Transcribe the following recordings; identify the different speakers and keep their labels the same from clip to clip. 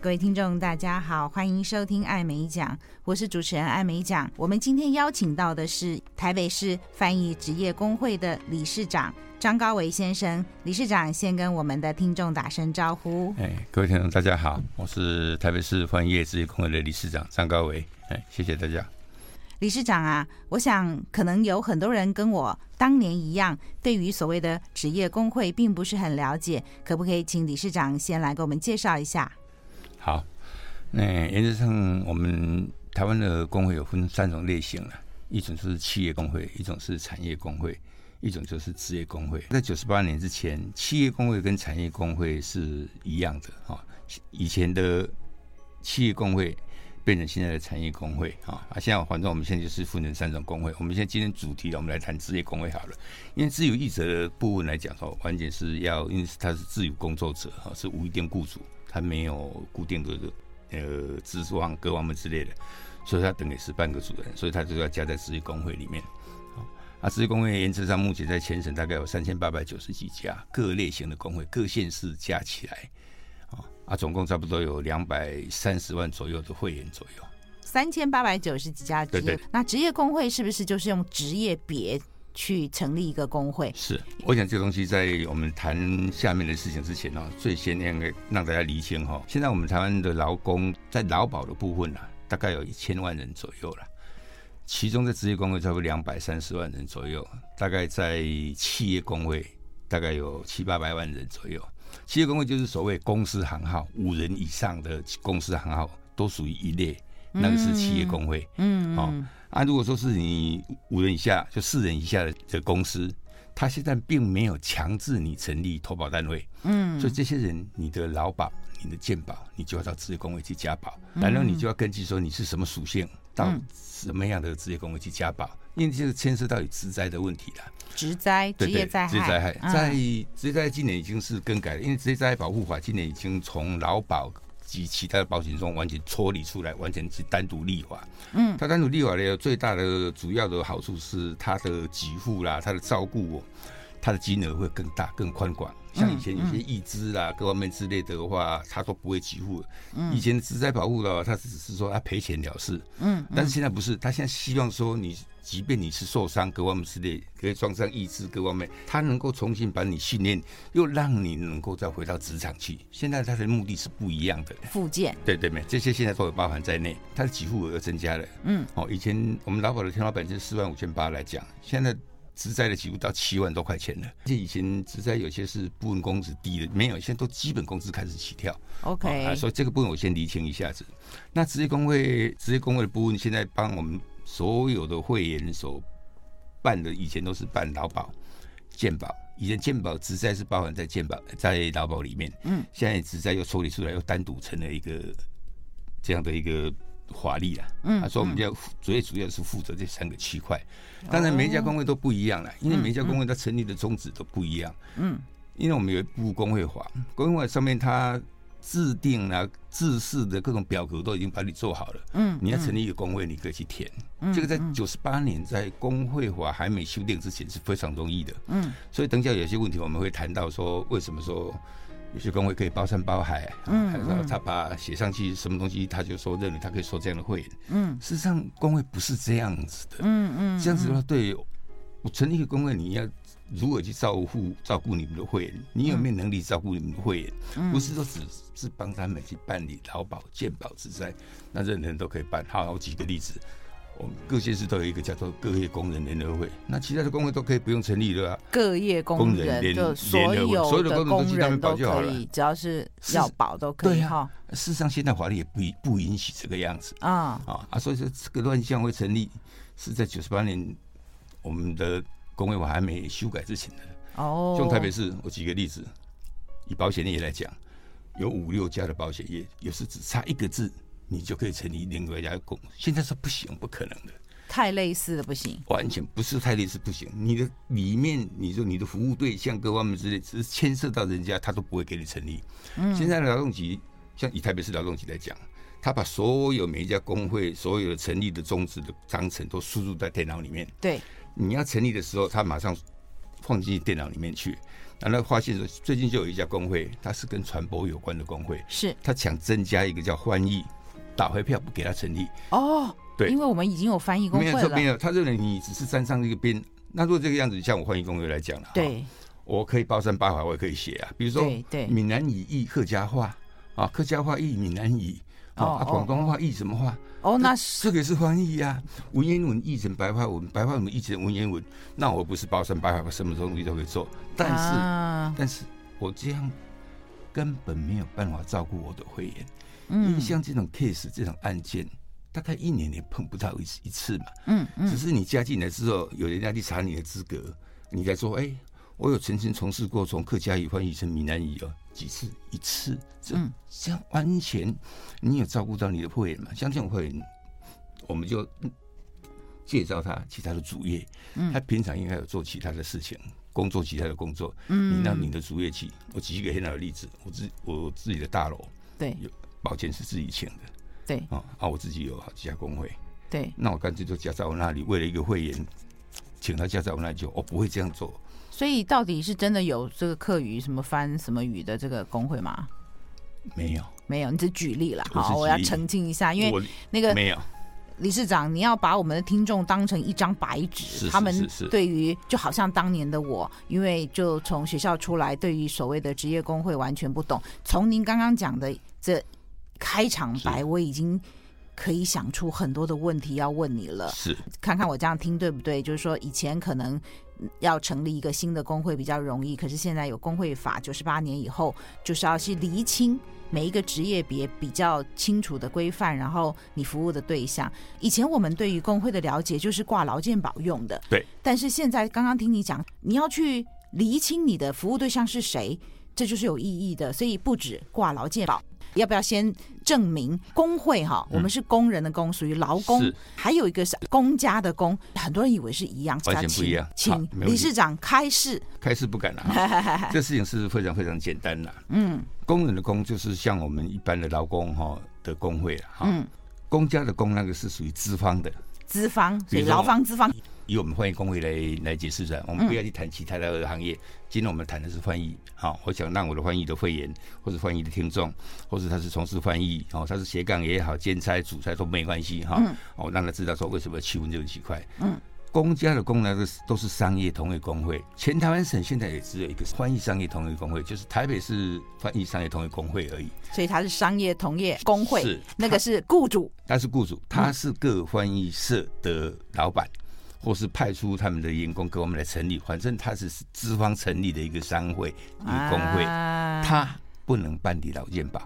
Speaker 1: 各位听众，大家好，欢迎收听艾美奖，我是主持人艾美奖。我们今天邀请到的是台北市翻译职业工会的理事长张高维先生。理事长先跟我们的听众打声招呼。
Speaker 2: 哎，各位听众大家好，我是台北市欢业职业工会的理事长张高维。哎，谢谢大家。
Speaker 1: 理事长啊，我想可能有很多人跟我当年一样，对于所谓的职业工会并不是很了解，可不可以请理事长先来给我们介绍一下？
Speaker 2: 好，那、原则上我们台湾的工会有分三种类型了，一种就是企业工会，一种是产业工会，一种就是职业工会。在九十八年之前，企业工会跟产业工会是一样的啊、以前的企业工会变成现在的产业工会啊啊！现在反正我们现在就是分成三种工会。我们现在今天主题，我们来谈职业工会好了。因为自由译者的部分来讲哦，完全是要，因为他是自由工作者哈，是无一定雇主，他没有固定的呃资助啊各方面之类的，所以他等于是半个主人，所以他就要加在职业工会里面。好啊，职业工会原则上目前在全省大概有三千八百九十几家各类型的工会，各县市加起来，啊啊，总共差不多有两百三十万左右的会员左右。
Speaker 1: 三千八百九十几家职业，
Speaker 2: 对对
Speaker 1: 那职业工会是不是就是用职业别去成立一个工会？
Speaker 2: 是，我想这个东西在我们谈下面的事情之前哦，最先应该让大家厘清哈、哦。现在我们台湾的劳工在劳保的部分啊，大概有一千万人左右了，其中在职业工会差不多两百三十万人左右，大概在企业工会大概有七八百万人左右。企业工会就是所谓公司行号，五人以上的公司行号都属于一类，那个是企业工会。
Speaker 1: 嗯，
Speaker 2: 好、啊，如果说是你五人以下，就四人以下的的公司，他现在并没有强制你成立投保单位，嗯，所以这些人，你的劳保、你的健保，你就要到职业工会去加保，然后你就要根据说你是什么属性，到什么样的职业工会去加保，因为这个牵涉到你职灾的问题了。
Speaker 1: 职灾、
Speaker 2: 对
Speaker 1: 职业灾害、
Speaker 2: 职业灾害，
Speaker 1: 嗯
Speaker 2: 在职业灾害今年已经是更改了，因为职业灾害保护法今年已经从劳保及其他的保险中完全脱离出来，完全是单独立法。嗯，它单独立法的最大的主要的好处是它的给付啦，它的照顾哦，它的金额会更大、更宽广。像以前有些
Speaker 1: 嗯
Speaker 2: 义肢啦、各方面之类的话，它都不会给付。
Speaker 1: 嗯
Speaker 2: 以前的职灾保护了，它只是说它赔钱了事。嗯，但是现在不是，他现在希望说你，即便你是受伤各方面之类，可以撞上义肢各方面，他能够重新把你训练，又让你能够再回到职场去。现在他的目的是不一样的。
Speaker 1: 附件。
Speaker 2: 对对没，这些现在都有包含在内，它的给付额增加了。嗯，哦，以前我们劳保的天花板是四万五千八来讲，现在职灾的给付到七万多块钱了。而且以前职灾有些是部分工资低的，没有，现在都基本工资开始起跳。
Speaker 1: OK，、
Speaker 2: 啊，所以这个部分我先厘清一下子。那职业工会，职业工会的部分，现在帮我们所有的会员所办的，以前都是办劳保、健保，以前健保职灾是包含在健保在劳保里面，嗯，现在职灾又抽离出来，又单独成了一个这样的一个。华丽啦，嗯，啊、哦所以我们要最主要是负责这三个区块，当然每一家工会都不一样啦，因为每一家工会它成立的宗旨都不一样，因为我们有一部工会法，工会法上面它制定啊、制式的各种表格都已经把你做好了。嗯，你要成立一个工会，你可以去填。这个在九十八年在工会法还没修订之前是非常容易的。嗯，所以等一下有些问题我们会谈到说，为什么说有些工会可以包山包海？嗯，然后他把写上去什么东西，他就说认为他可以收这样的会员。嗯，事实上工会不是这样子的。嗯嗯，这样子的话对我成立一个工会，你要如何去照顾照顾你们的会员？你有没有能力照顾你们的会员？不是说只是帮他们去办理劳保、健保之灾，那任何人都可以办。好，我举个例子，我们各县市都有一个叫做各业工人联合会，那其他的工会都可以不用成立了、啊。
Speaker 1: 各业工
Speaker 2: 工人
Speaker 1: 人
Speaker 2: 联
Speaker 1: 就所
Speaker 2: 联合会所
Speaker 1: 有
Speaker 2: 有的
Speaker 1: 的
Speaker 2: 工人都
Speaker 1: 工
Speaker 2: 去
Speaker 1: 人
Speaker 2: 那边
Speaker 1: 都
Speaker 2: 保就好
Speaker 1: 可
Speaker 2: 了
Speaker 1: 以，只要是要保都可以
Speaker 2: 对啊
Speaker 1: 哈。
Speaker 2: 事实上，现在法律也不不允许这个样子。
Speaker 1: 啊、
Speaker 2: 啊啊，所以说这个乱象会成立，是在九十八年我们的工会法还没修改之前的。
Speaker 1: 哦，
Speaker 2: 像台北市，我举个例子，以保险业来讲，有五六家的保险业，有时只差一个字，你就可以成立另外一家公司。现在是不行，不可能的，
Speaker 1: 太类似的不行。
Speaker 2: 完全不是太类似不行。你的里面，你说你的服务对象各方面之类，只是牵涉到人家，他都不会给你成立。现在的劳动局，像以台北市劳动局来讲，他把所有每一家工会所有成立的宗旨的章程都输入在电脑里面。
Speaker 1: 对，
Speaker 2: 你要成立的时候，他马上放进电脑里面去。然后发现说，最近就有一家工会，它是跟传播有关的工会，
Speaker 1: 是
Speaker 2: 他想增加一个叫翻译，打回票不给他成立。
Speaker 1: 哦，
Speaker 2: 对
Speaker 1: 因为我们已经有翻译工
Speaker 2: 没
Speaker 1: 会
Speaker 2: 有说没
Speaker 1: 了，
Speaker 2: 有，他认为你只是沾上一个边。那如果这个样子，像我翻译工会来讲了，哈，
Speaker 1: 对
Speaker 2: 我可以包山包海，我也可以写啊。比如说
Speaker 1: 对对，
Speaker 2: 闽南语译客家话啊，客家话译闽南语啊，
Speaker 1: 哦
Speaker 2: 啊
Speaker 1: 哦
Speaker 2: 广东话译什么话？
Speaker 1: 哦，那是
Speaker 2: 这个是翻译啊，文言文译成白话文，白话文译成文言文，那我不是包山包海，我什么东西都可以做。但是，
Speaker 1: 啊
Speaker 2: 但是我这样根本没有办法照顾我的会员，因为
Speaker 1: 嗯
Speaker 2: 像这种 case 这种案件，大概一年也碰不到一次一次嘛。
Speaker 1: 嗯
Speaker 2: 只
Speaker 1: 嗯，
Speaker 2: 是你加进来之后，有人家去查你的资格，你才说，哎、我有曾经从事过从客家语翻译成闽南语哦，几次，一次，这
Speaker 1: 嗯
Speaker 2: 这样完全，你有照顾到你的会员嘛？像这种会员，我们就嗯介绍他其他的主业，
Speaker 1: 嗯
Speaker 2: 他平常应该有做其他的事情。工作其他的工作，嗯，你让你的主业去，我举一个很好的例子，我自我自己的大楼
Speaker 1: 对
Speaker 2: 保健是自己请的
Speaker 1: 对
Speaker 2: 啊、啊，我自己有好几家工会，
Speaker 1: 对，
Speaker 2: 那我干脆就加在我那里，为了一个会员，请他加在我那里就，哦我不会这样做。
Speaker 1: 所以到底是真的有这个客语什么翻什么语的这个工会吗？
Speaker 2: 没有，
Speaker 1: 没有，你只举例了。
Speaker 2: 我是
Speaker 1: 好，
Speaker 2: 举
Speaker 1: 我要
Speaker 2: 例
Speaker 1: 澄清一下，因为
Speaker 2: 我
Speaker 1: 那个
Speaker 2: 没有，
Speaker 1: 理事长，你要把我们的听众当成一张白纸，
Speaker 2: 是是
Speaker 1: 他们
Speaker 2: 是是
Speaker 1: 对于就好像当年的我，因为就从学校出来，对于所谓的职业工会完全不懂。从您刚刚讲的这开场白，
Speaker 2: 是
Speaker 1: 我已经可以想出很多的问题要问你了。
Speaker 2: 是
Speaker 1: 看看我这样听对不对？就是说以前可能嗯要成立一个新的工会比较容易，可是现在有工会法，九十八年以后就是要去厘清每一个职业别比较清楚的规范，然后你服务的对象。以前我们对于工会的了解就是挂劳健保用的，
Speaker 2: 对。
Speaker 1: 但是现在刚刚听你讲，你要去厘清你的服务对象是谁，这就是有意义的。所以不止挂劳健保。要不要先证明工会哈？我们是工人的工，属于劳工
Speaker 2: 嗯是，
Speaker 1: 还有一个是公家的公，很多人以为是一样，
Speaker 2: 完全不一样
Speaker 1: 请
Speaker 2: 好
Speaker 1: 请
Speaker 2: 没问题
Speaker 1: 理事长开示。
Speaker 2: 开始不敢了、 哈这事情是非常非常简单啦。
Speaker 1: 嗯
Speaker 2: 工人的工就是像我们一般的劳工哈的工会了哈。
Speaker 1: 嗯，
Speaker 2: 公家的工那个是属于资方的，
Speaker 1: 资方，所以
Speaker 2: 比如说
Speaker 1: 劳方资方
Speaker 2: 以我们翻译工会来来解释的，我们不要去谈其他的行业。今天我们谈的是翻译，好、我想让我的翻译的会员或者翻译的听众，或者他是从事翻译，哦，他是斜杠也好，兼差、主差都没关系哈。哦，让他知道说为什么气温这么奇怪。
Speaker 1: 嗯。
Speaker 2: 公家的工呢，都是都是商业同业工会。全台湾省现在也只有一个翻译商业同业工会，就是台北市翻译商业同业工会而已。
Speaker 1: 所以他是商业同业工会，
Speaker 2: 是
Speaker 1: 那个是雇主，
Speaker 2: 他是雇主，他是各翻译社的老板，或是派出他们的员工给我们来成立，反正他是资方成立的一个商会与工会，
Speaker 1: 啊
Speaker 2: 他不能办理劳健保。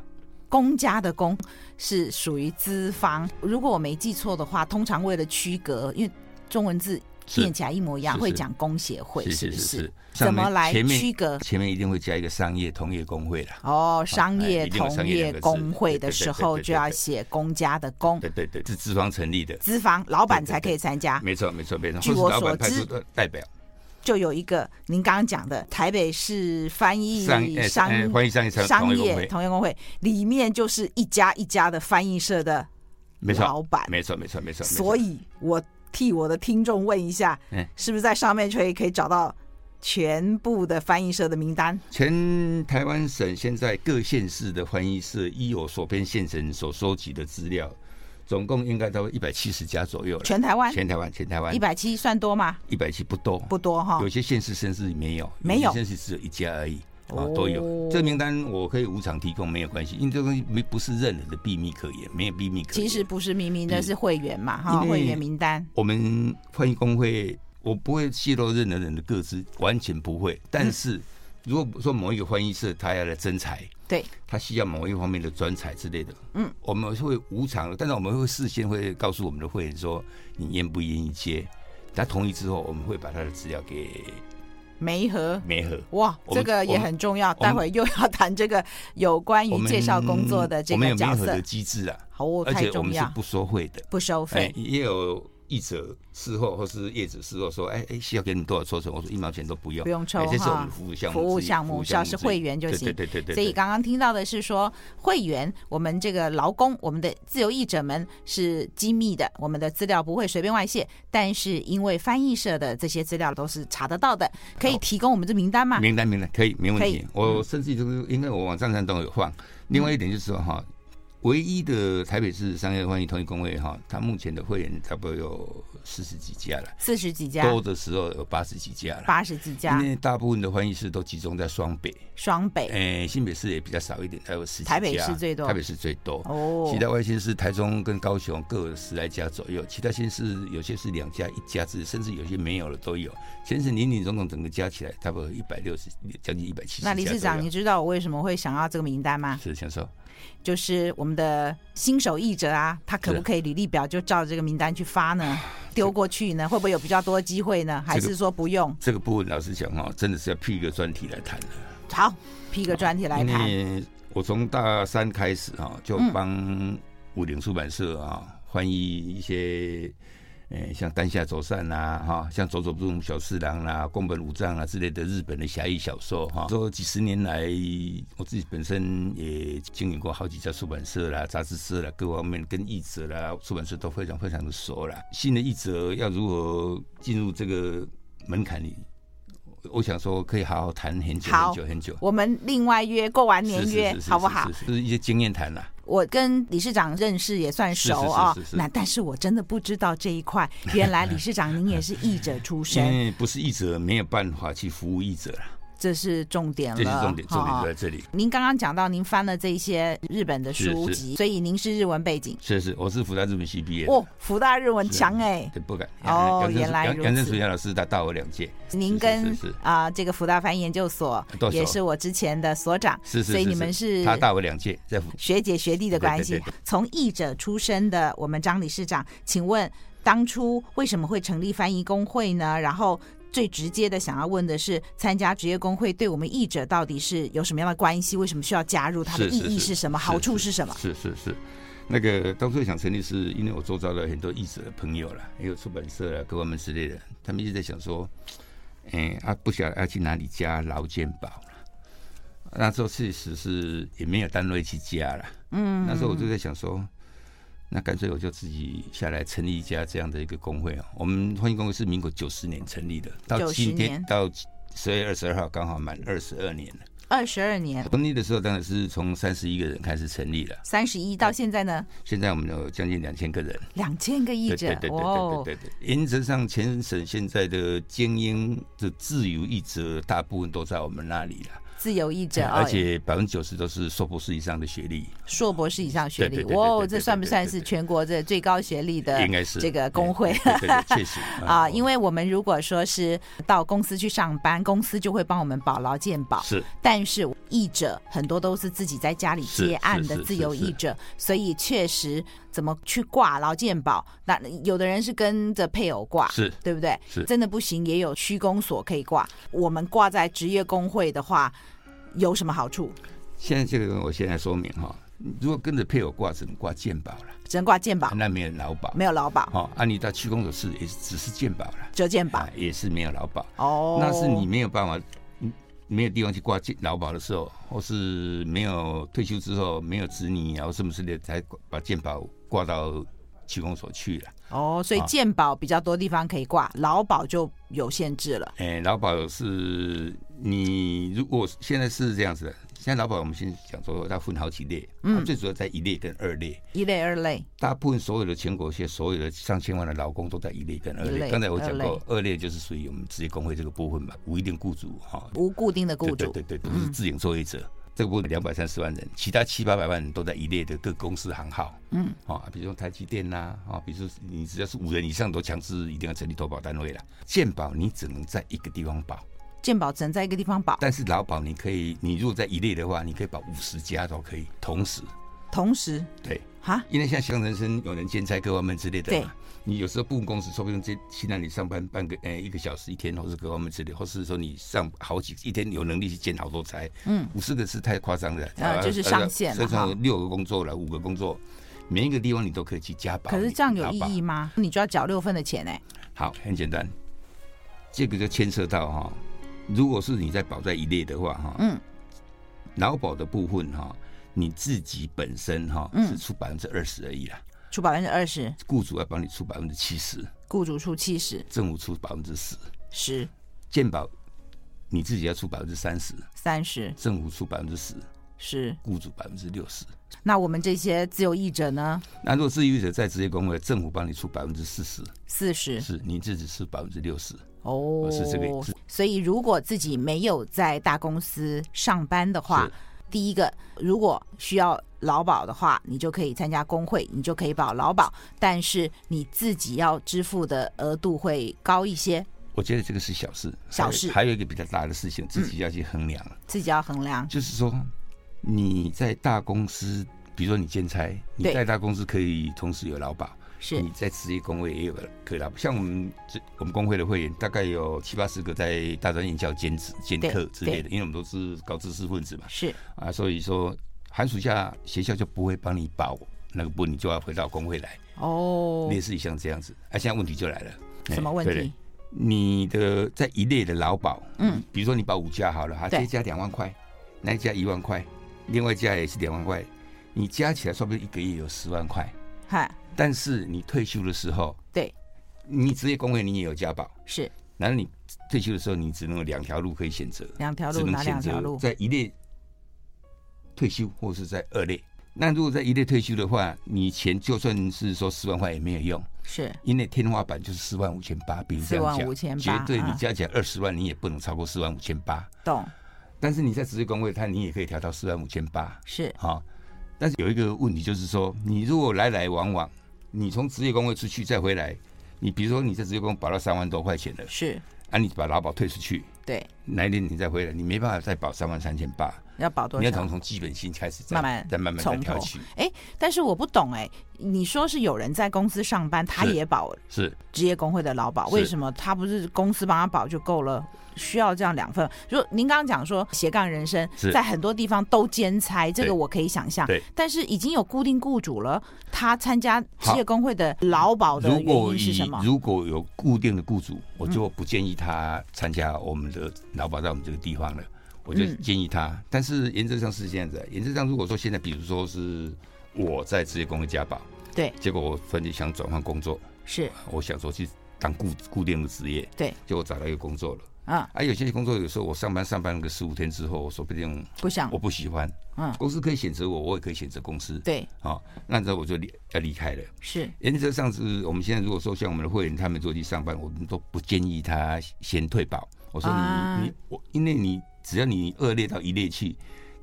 Speaker 1: 公家的公是属于资方。如果我没记错的话，通常为了区隔，因为中文字
Speaker 2: 是
Speaker 1: 念起来一模一样，
Speaker 2: 是
Speaker 1: 会
Speaker 2: 是
Speaker 1: 讲工协会，是不是？
Speaker 2: 上
Speaker 1: 怎
Speaker 2: 面
Speaker 1: 么来
Speaker 2: 前
Speaker 1: 区
Speaker 2: 面
Speaker 1: 隔？
Speaker 2: 前面一定会加一个商业同业工会啦。
Speaker 1: 哦，商
Speaker 2: 哎
Speaker 1: 业
Speaker 2: 一定有商
Speaker 1: 同
Speaker 2: 业两
Speaker 1: 业
Speaker 2: 个字
Speaker 1: 工会的
Speaker 2: 对对对
Speaker 1: 时
Speaker 2: 对
Speaker 1: 候
Speaker 2: 对
Speaker 1: 就
Speaker 2: 对
Speaker 1: 要
Speaker 2: 对
Speaker 1: 写公家的公，
Speaker 2: 对对对，是资方成立的，
Speaker 1: 资方老板
Speaker 2: 对对
Speaker 1: 才可以参加。
Speaker 2: 没错没错没错，
Speaker 1: 啊据
Speaker 2: 或是
Speaker 1: 我
Speaker 2: 老
Speaker 1: 所
Speaker 2: 板派
Speaker 1: 知
Speaker 2: 出的代表
Speaker 1: 就有一个您刚刚讲的台北市翻译
Speaker 2: 商哎
Speaker 1: 商
Speaker 2: 哎欢迎商业
Speaker 1: 商
Speaker 2: 同业工
Speaker 1: 业
Speaker 2: 会，
Speaker 1: 同业工会里面就是一家一家的翻译社的
Speaker 2: 没
Speaker 1: 老
Speaker 2: 错
Speaker 1: 板，
Speaker 2: 没错没错没错，
Speaker 1: 所
Speaker 2: 以
Speaker 1: 以我替我的听众问一下
Speaker 2: 嗯，
Speaker 1: 是不是在上面可以可以找到全部的翻译社的名单？
Speaker 2: 全台湾省现在各县市的翻译社，依我所编县城所收集的资料，总共应该到一百七十家左右了。
Speaker 1: 全台湾
Speaker 2: 呃全台湾，全台湾
Speaker 1: 一百七算多吗？
Speaker 2: 一百七不多，
Speaker 1: 不多哈
Speaker 2: 有，些县市甚至没有，
Speaker 1: 没有
Speaker 2: 些县市只有一家而已。啊
Speaker 1: 哦，
Speaker 2: 都有这名单，我可以无偿提供，没有关系，因为这东西没不是任何的秘密可言，没有秘密可
Speaker 1: 其
Speaker 2: 言。
Speaker 1: 实不是明明的
Speaker 2: 嗯
Speaker 1: 是会员嘛哈，
Speaker 2: 因为
Speaker 1: 会员名单
Speaker 2: 我们翻译工会，我不会泄露任何人的个资，完全不会。但
Speaker 1: 嗯
Speaker 2: 是，如果说某一个翻译社他要来征才，
Speaker 1: 对，
Speaker 2: 他需要某一方面的专才之类的，
Speaker 1: 嗯，
Speaker 2: 我们会无偿，但是我们会事先会告诉我们的会员说，你愿不愿意接？他同意之后，我们会把他的资料给
Speaker 1: 梅和
Speaker 2: 媒合。
Speaker 1: 哇，
Speaker 2: 我
Speaker 1: 这
Speaker 2: 们
Speaker 1: 个也
Speaker 2: 我们
Speaker 1: 很重要，
Speaker 2: 我们
Speaker 1: 待会又要谈这个有关
Speaker 2: 我
Speaker 1: 于
Speaker 2: 们
Speaker 1: 介绍工作的这
Speaker 2: 我们
Speaker 1: 个
Speaker 2: 有媒
Speaker 1: 角色
Speaker 2: 合的，机制啊，
Speaker 1: 好，
Speaker 2: 而
Speaker 1: 太
Speaker 2: 且我
Speaker 1: 重
Speaker 2: 们是
Speaker 1: 要，
Speaker 2: 不收费的，
Speaker 1: 不收费，
Speaker 2: 哎也有译者事后或是业者事后说，哎哎，需要给你们多少抽成？我说一毛钱都不用，
Speaker 1: 不用抽
Speaker 2: 哎这是我
Speaker 1: 哈
Speaker 2: 们服务项目
Speaker 1: 服
Speaker 2: 之一，
Speaker 1: 务项目只要是
Speaker 2: 之一
Speaker 1: 会员就行
Speaker 2: 对对对对对。
Speaker 1: 所以
Speaker 2: 对
Speaker 1: 刚刚听到的是说，会员我们这个劳工，我们的自由译者们是机密的，我们的资料不会随便外泄。但是因为翻译社的这些资料都是查得到的，可以提供我们这名单嘛？
Speaker 2: 名单名单可以没问
Speaker 1: 可
Speaker 2: 题
Speaker 1: 以，嗯
Speaker 2: 我甚至就是因为我网站上都有放。另外一点就是说哈，唯一的台北市商业翻译同业工会哈，它目前的会员差不多有四十几家了，
Speaker 1: 四十几家，
Speaker 2: 多的时候有八十几家了。
Speaker 1: 八十几家
Speaker 2: 因，为大部分的翻译师都集中在双北，
Speaker 1: 双北
Speaker 2: 诶、新北市也比较少一点，还有十几家。
Speaker 1: 哎台北市最多
Speaker 2: 台北市最多。
Speaker 1: 哦
Speaker 2: 其，他外县市，台中跟高雄各有十来家左右，其他县市有些是两家、一家制，甚至有些没有了都有。全省林林总总整个加起来，差不多一百六十，将近一百七十。
Speaker 1: 那理事长，你知道我为什么会想要这个名单吗？
Speaker 2: 是享受
Speaker 1: 就是我们的新手译者啊，他可不
Speaker 2: 是
Speaker 1: 可以履历表就照这个名单去发呢？丢过去呢，会不会有比较多机会呢？还
Speaker 2: 啊这
Speaker 1: 是
Speaker 2: 个
Speaker 1: 说不用？
Speaker 2: 这个部分，老实讲哦，真的是要辟一个专题来谈的。
Speaker 1: 好，批个专题来谈。嗯
Speaker 2: 因为我从大三开始哈、就帮五菱出版社啊、翻译一些，呃，像丹下走善啦、哈、像佐佐木小次郎啦、宫本武藏啊之类的日本的侠义小说哈、说几十年来，我自己本身也经营过好几家出版社啦、杂志社啦，各方面跟译者啦、出版社都非常非常的熟啦。新的译者要如何进入这个门槛里？我想说，可以好好谈很久
Speaker 1: 好
Speaker 2: 很久很久。
Speaker 1: 我们另外约，过完年约
Speaker 2: 是是是是
Speaker 1: 好不好
Speaker 2: 是？是是就是一些经验谈啦、
Speaker 1: 我跟理事长认识也算熟啊、
Speaker 2: 是是是是是
Speaker 1: 那但是我真的不知道这一 块，原来理事长您也是译者出
Speaker 2: 因
Speaker 1: 身，
Speaker 2: 为不是译者没有办法去服务译者啦，
Speaker 1: 这是重点
Speaker 2: 这
Speaker 1: 了，
Speaker 2: 是重点，重点就在这里。
Speaker 1: 您刚刚讲到您翻了这些日本的书
Speaker 2: 是
Speaker 1: 籍，所以您是日文背景
Speaker 2: 是是，我是复旦日本系毕业的，
Speaker 1: 哦，福大日文强哎、
Speaker 2: 对不敢。
Speaker 1: 哦
Speaker 2: 杨杨正
Speaker 1: 原来
Speaker 2: 杨
Speaker 1: 如
Speaker 2: 杨正
Speaker 1: 此
Speaker 2: 楚杨老师他大我两届，
Speaker 1: 您
Speaker 2: 是
Speaker 1: 跟
Speaker 2: 是是
Speaker 1: 啊、这个福大翻译研究所
Speaker 2: 都熟
Speaker 1: 也是我之前的所长，
Speaker 2: 是是是
Speaker 1: 所以你
Speaker 2: 是
Speaker 1: 们是
Speaker 2: 他大我两届，在复
Speaker 1: 学姐学弟的关系
Speaker 2: 对对对。
Speaker 1: 从译者出身的我们张理事长，请问当初为什么会成立翻译工会呢？然后最直接的想要问的是，参加职业工会对我们译者到底是有什么样的关系？为什么需要加入？它的
Speaker 2: 是
Speaker 1: 意
Speaker 2: 是
Speaker 1: 义是什么？好处是什么？
Speaker 2: 是是是，那个当初想成立是因为我周遭的很多译者的朋友啦，也有出版社啦，各方面之类的，他们一直在想说，哎、啊不晓得要去哪里加劳健保啦。那时候确实是也没有单位去加啦，嗯，那时候我就在想说。那干脆我就自己下来成立一家这样的一个工会啊。我们欢迎工会是民国九十年成立的，到
Speaker 1: 90
Speaker 2: 今天
Speaker 1: 年
Speaker 2: 到十月二十二号刚好满二十二年了。
Speaker 1: 二十二年，
Speaker 2: 成立的时候当然是从三十一个人开始成立了，
Speaker 1: 三十一到现在呢，
Speaker 2: 现在我们有将近两千个人，
Speaker 1: 两千个译
Speaker 2: 对
Speaker 1: 者哦
Speaker 2: 对对对对对对对。原则上，全省现在的精英的自由译者，大部分都在我们那里了，
Speaker 1: 自由译者哦
Speaker 2: 而且百分之九十都是硕博士以上的学历，
Speaker 1: 硕博士以上学历
Speaker 2: 对对，对对
Speaker 1: 哇
Speaker 2: 对
Speaker 1: 哦，
Speaker 2: 对
Speaker 1: 这
Speaker 2: 对
Speaker 1: 算不
Speaker 2: 对
Speaker 1: 算
Speaker 2: 对
Speaker 1: 是
Speaker 2: 对
Speaker 1: 全国这最高学历的
Speaker 2: 应该是
Speaker 1: 这个工会？
Speaker 2: 对对对对，确实 嗯
Speaker 1: 啊，因为我们如果说是到公司去上班，公司就会帮我们保劳健保。
Speaker 2: 是
Speaker 1: 但是译者很多都是自己在家里
Speaker 2: 是
Speaker 1: 接案
Speaker 2: 是
Speaker 1: 的
Speaker 2: 是
Speaker 1: 自
Speaker 2: 是
Speaker 1: 由
Speaker 2: 是
Speaker 1: 译者，所以确实怎么去挂劳健保，那有的人是跟着配偶挂，
Speaker 2: 是
Speaker 1: 对不对？
Speaker 2: 是
Speaker 1: 真的不行，也有区公所可以挂。我们挂在职业工会的话，有什么好处？
Speaker 2: 现在这个我先来说明哈，如果跟着配偶挂，只能挂健保了，
Speaker 1: 只能挂健保，
Speaker 2: 那没有劳保。
Speaker 1: 没有劳保，
Speaker 2: 好，啊，你到区公所是也是只是健保了，
Speaker 1: 折健保
Speaker 2: 啊。，也是没有劳保。
Speaker 1: 哦，
Speaker 2: 那是你没有办法，嗯没有地方去挂健劳保的时候，或是没有退休之后没有子女，然后什么之类的，才把健保挂到区公所去了。
Speaker 1: 哦，所以
Speaker 2: 啊
Speaker 1: 健保比较多地方可以挂，劳保就有限制了。
Speaker 2: 哎、劳保是你如果现在是这样子的，现在劳保我们先讲说它分好几类，嗯，最主要在一类跟二类。
Speaker 1: 一类、二类，
Speaker 2: 大部分所有的全国现在所有的上千万的劳工都在一类跟二
Speaker 1: 一
Speaker 2: 类。
Speaker 1: 类
Speaker 2: 刚才我讲
Speaker 1: 二
Speaker 2: 过
Speaker 1: 类，
Speaker 2: 二类就是属于我们职业工会这个部分嘛，无一定雇主哈，
Speaker 1: 无固定的雇主，
Speaker 2: 对对对对，不是自营作业者。这个部分两百三十万人，其他七八百万人都在一类的各公司行号，嗯，啊、比如说台积电呐、啊，比如说你只要是五人以上都强制一定要成立投保单位了。健保你只能在一个地方保，
Speaker 1: 健保只能在一个地方保，
Speaker 2: 但是劳保你可以，你如果在一类的话，你可以保五十家都可以，同时，
Speaker 1: 同时
Speaker 2: 对，
Speaker 1: 哈，
Speaker 2: 因为像乡人生有人兼差各方面之类的
Speaker 1: 对
Speaker 2: 嘛，你有时候部分公司说不定这去那里上班半个呃、一个小时一天，或是各方面之类，或是说你上好几一天有能力去兼好多差，嗯，五四个是太夸张了，
Speaker 1: 呃就是上限了
Speaker 2: 身
Speaker 1: 哈
Speaker 2: 上有六个工作了，五个工作，每一个地方你都可以去加保。
Speaker 1: 可是这样有意
Speaker 2: 劳保
Speaker 1: 义吗？你就要缴六份的钱哎、
Speaker 2: 好，很简单，这个就牵涉到哈、如果是你在保在一类的话哈、
Speaker 1: 嗯，
Speaker 2: 劳保的部分哈、你自己本身哈、
Speaker 1: 嗯
Speaker 2: 是出百分之二十而已啦，
Speaker 1: 出百分之二十，
Speaker 2: 雇主要帮你出百分之七十，
Speaker 1: 雇主出七十，
Speaker 2: 政府出百分之十，
Speaker 1: 十
Speaker 2: 健保你自己要出百分之三十，
Speaker 1: 三十
Speaker 2: 政府出百分之十，
Speaker 1: 十。
Speaker 2: 雇主百分之六十。
Speaker 1: 那我们这些自由译者呢？
Speaker 2: 那如果自由者在职业工会，政府帮你出百分之四十，
Speaker 1: 四十
Speaker 2: 是你自己是百分之六十。
Speaker 1: 哦，
Speaker 2: 是这个是
Speaker 1: 所以如果自己没有在大公司上班的话
Speaker 2: 是，
Speaker 1: 第一个如果需要劳保的话，你就可以参加工会，你就可以保劳保，但是你自己要支付的额度会高一些，
Speaker 2: 我觉得这个是小事，
Speaker 1: 小事嗯
Speaker 2: 还有还有一个比较大的事情，自己要去衡量。
Speaker 1: 自己要衡量。
Speaker 2: 就是说你在大公司，比如说你兼差，你
Speaker 1: 对
Speaker 2: 在大公司可以同时有劳保，
Speaker 1: 是
Speaker 2: 你在职业工会也有可以劳保。像我们这我们工会的会员大概有七八十个在大专院校兼职、兼
Speaker 1: 对
Speaker 2: 课之类的，因为我们都是高知识分子嘛，
Speaker 1: 是
Speaker 2: 啊，所以说寒暑假学校就不会帮你保那个部分，你就要回到工会来，
Speaker 1: 哦
Speaker 2: 类，似于像这样子。啊，现在问题就来了，哎
Speaker 1: 什么问？
Speaker 2: 对
Speaker 1: 题？
Speaker 2: 你的在一类的劳保，
Speaker 1: 嗯，
Speaker 2: 比如说你保五家好了，哈，
Speaker 1: 对
Speaker 2: 这一家两万块，那一家一万块，另外一家也是两万块，你加起来说不定一个月有十万块。
Speaker 1: 嗨，
Speaker 2: 但是你退休的时候，
Speaker 1: 对，
Speaker 2: 你职业工会你也有加保，
Speaker 1: 是
Speaker 2: 然后你退休的时候，你只能有两条路可以选择，
Speaker 1: 两条
Speaker 2: 只
Speaker 1: 路，
Speaker 2: 能
Speaker 1: 哪
Speaker 2: 选
Speaker 1: 两条
Speaker 2: 择
Speaker 1: 路？
Speaker 2: 在一类退休，或是在二类。那如果在一类退休的话，你钱就算是说十万块也没有用，
Speaker 1: 是
Speaker 2: 因为天花板就是四万五千八，比如这样讲，
Speaker 1: 45,800
Speaker 2: 绝对你
Speaker 1: 啊
Speaker 2: 加起来二十万，你也不能超过四万五千八。
Speaker 1: 懂
Speaker 2: 但是你在职业工会，它你也可以调到四万五千八，
Speaker 1: 是
Speaker 2: 哈。但是有一个问题就是说，你如果来来往往，你从职业工会出去再回来，你比如说你在职业工会保到三万多块钱了，
Speaker 1: 是，
Speaker 2: 啊，你把劳保退出去，
Speaker 1: 对，
Speaker 2: 哪一年你再回来，你没办法再保三万三千八，
Speaker 1: 要保多
Speaker 2: 你要
Speaker 1: 少
Speaker 2: 从？从基本薪开始再，
Speaker 1: 慢慢
Speaker 2: 再慢慢再
Speaker 1: 从
Speaker 2: 调
Speaker 1: 头
Speaker 2: 起，
Speaker 1: 但是我不懂哎、你说是有人在公司上班，他
Speaker 2: 是
Speaker 1: 也保
Speaker 2: 是。
Speaker 1: 职业工会的劳保，
Speaker 2: 是
Speaker 1: 为什么他不是公司帮他保就够了？需要这样两份？如果您刚刚讲说斜杠人生
Speaker 2: 是
Speaker 1: 在很多地方都兼差，这
Speaker 2: 对
Speaker 1: 个我可以想象
Speaker 2: 对。
Speaker 1: 但是已经有固定雇主了，他参加职业工会的劳保的
Speaker 2: 如
Speaker 1: 原
Speaker 2: 果
Speaker 1: 因是
Speaker 2: 以
Speaker 1: 什么？嗯
Speaker 2: 如果有固定的雇主，我就不建议他参加我们的劳保在我们这个地方了，我就
Speaker 1: 嗯
Speaker 2: 建议他。但是原则上是这样子，啊原则上如果说现在比如说是我在职业工会加保，
Speaker 1: 对，
Speaker 2: 结果我突然就想转换工作，
Speaker 1: 是
Speaker 2: 我想说去当固固定的职业，
Speaker 1: 对，
Speaker 2: 结果找到一个工作了。
Speaker 1: 嗯，
Speaker 2: 啊，有些工作有时候我上班上班个十五天之后，我说不定
Speaker 1: 不想
Speaker 2: 我不喜欢，
Speaker 1: 啊嗯
Speaker 2: 公司可以选择我，我也可以选择公司，
Speaker 1: 对
Speaker 2: 啊、那之后我就离要离开了。
Speaker 1: 是
Speaker 2: 原则上是我们现在如果说像我们的会员他们做去上班，我们都不建议他先退保。我说你、
Speaker 1: 啊
Speaker 2: 你我，因为你只要你恶劣到一类去，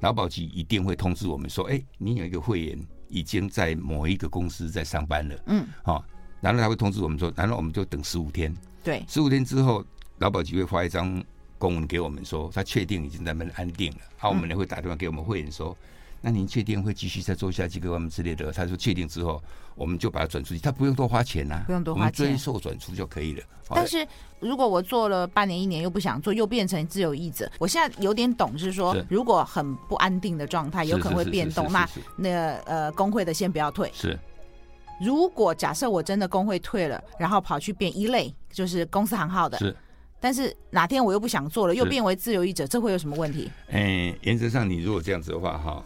Speaker 2: 劳保局一定会通知我们说，哎、你有一个会员已经在某一个公司在上班了，
Speaker 1: 嗯，
Speaker 2: 哦，然后他会通知我们说，然后我们就等十五天，
Speaker 1: 对
Speaker 2: 十五天之后，劳保局会发一张公文给我们说，他确定已经在那边安定了。好、
Speaker 1: 嗯
Speaker 2: 我们呢会打电话给我们会员说，那您确定会继续再做下去，各方面之类的。他说确定之后，我们就把它转出去，他不用多花钱呐、
Speaker 1: 不用多
Speaker 2: 我
Speaker 1: 花
Speaker 2: 们
Speaker 1: 钱
Speaker 2: 追溯转出就可以了。啊好
Speaker 1: 但是如果我做了半年一年又不想做，又变成自由意者，我现在有点懂，是说
Speaker 2: 是
Speaker 1: 如果很不安定的状啊态，有可能会变动。那
Speaker 2: 是是
Speaker 1: 那呃，工会的先不要退。
Speaker 2: 是是是
Speaker 1: 如果假设我真的工会退了，然后跑去变一类，就是公司行号的，
Speaker 2: 是是
Speaker 1: 但是哪天我又不想做了，又
Speaker 2: 是
Speaker 1: 变为自由意者，这会有什么问题？
Speaker 2: 哎，原则上你如果这样子的话，哈，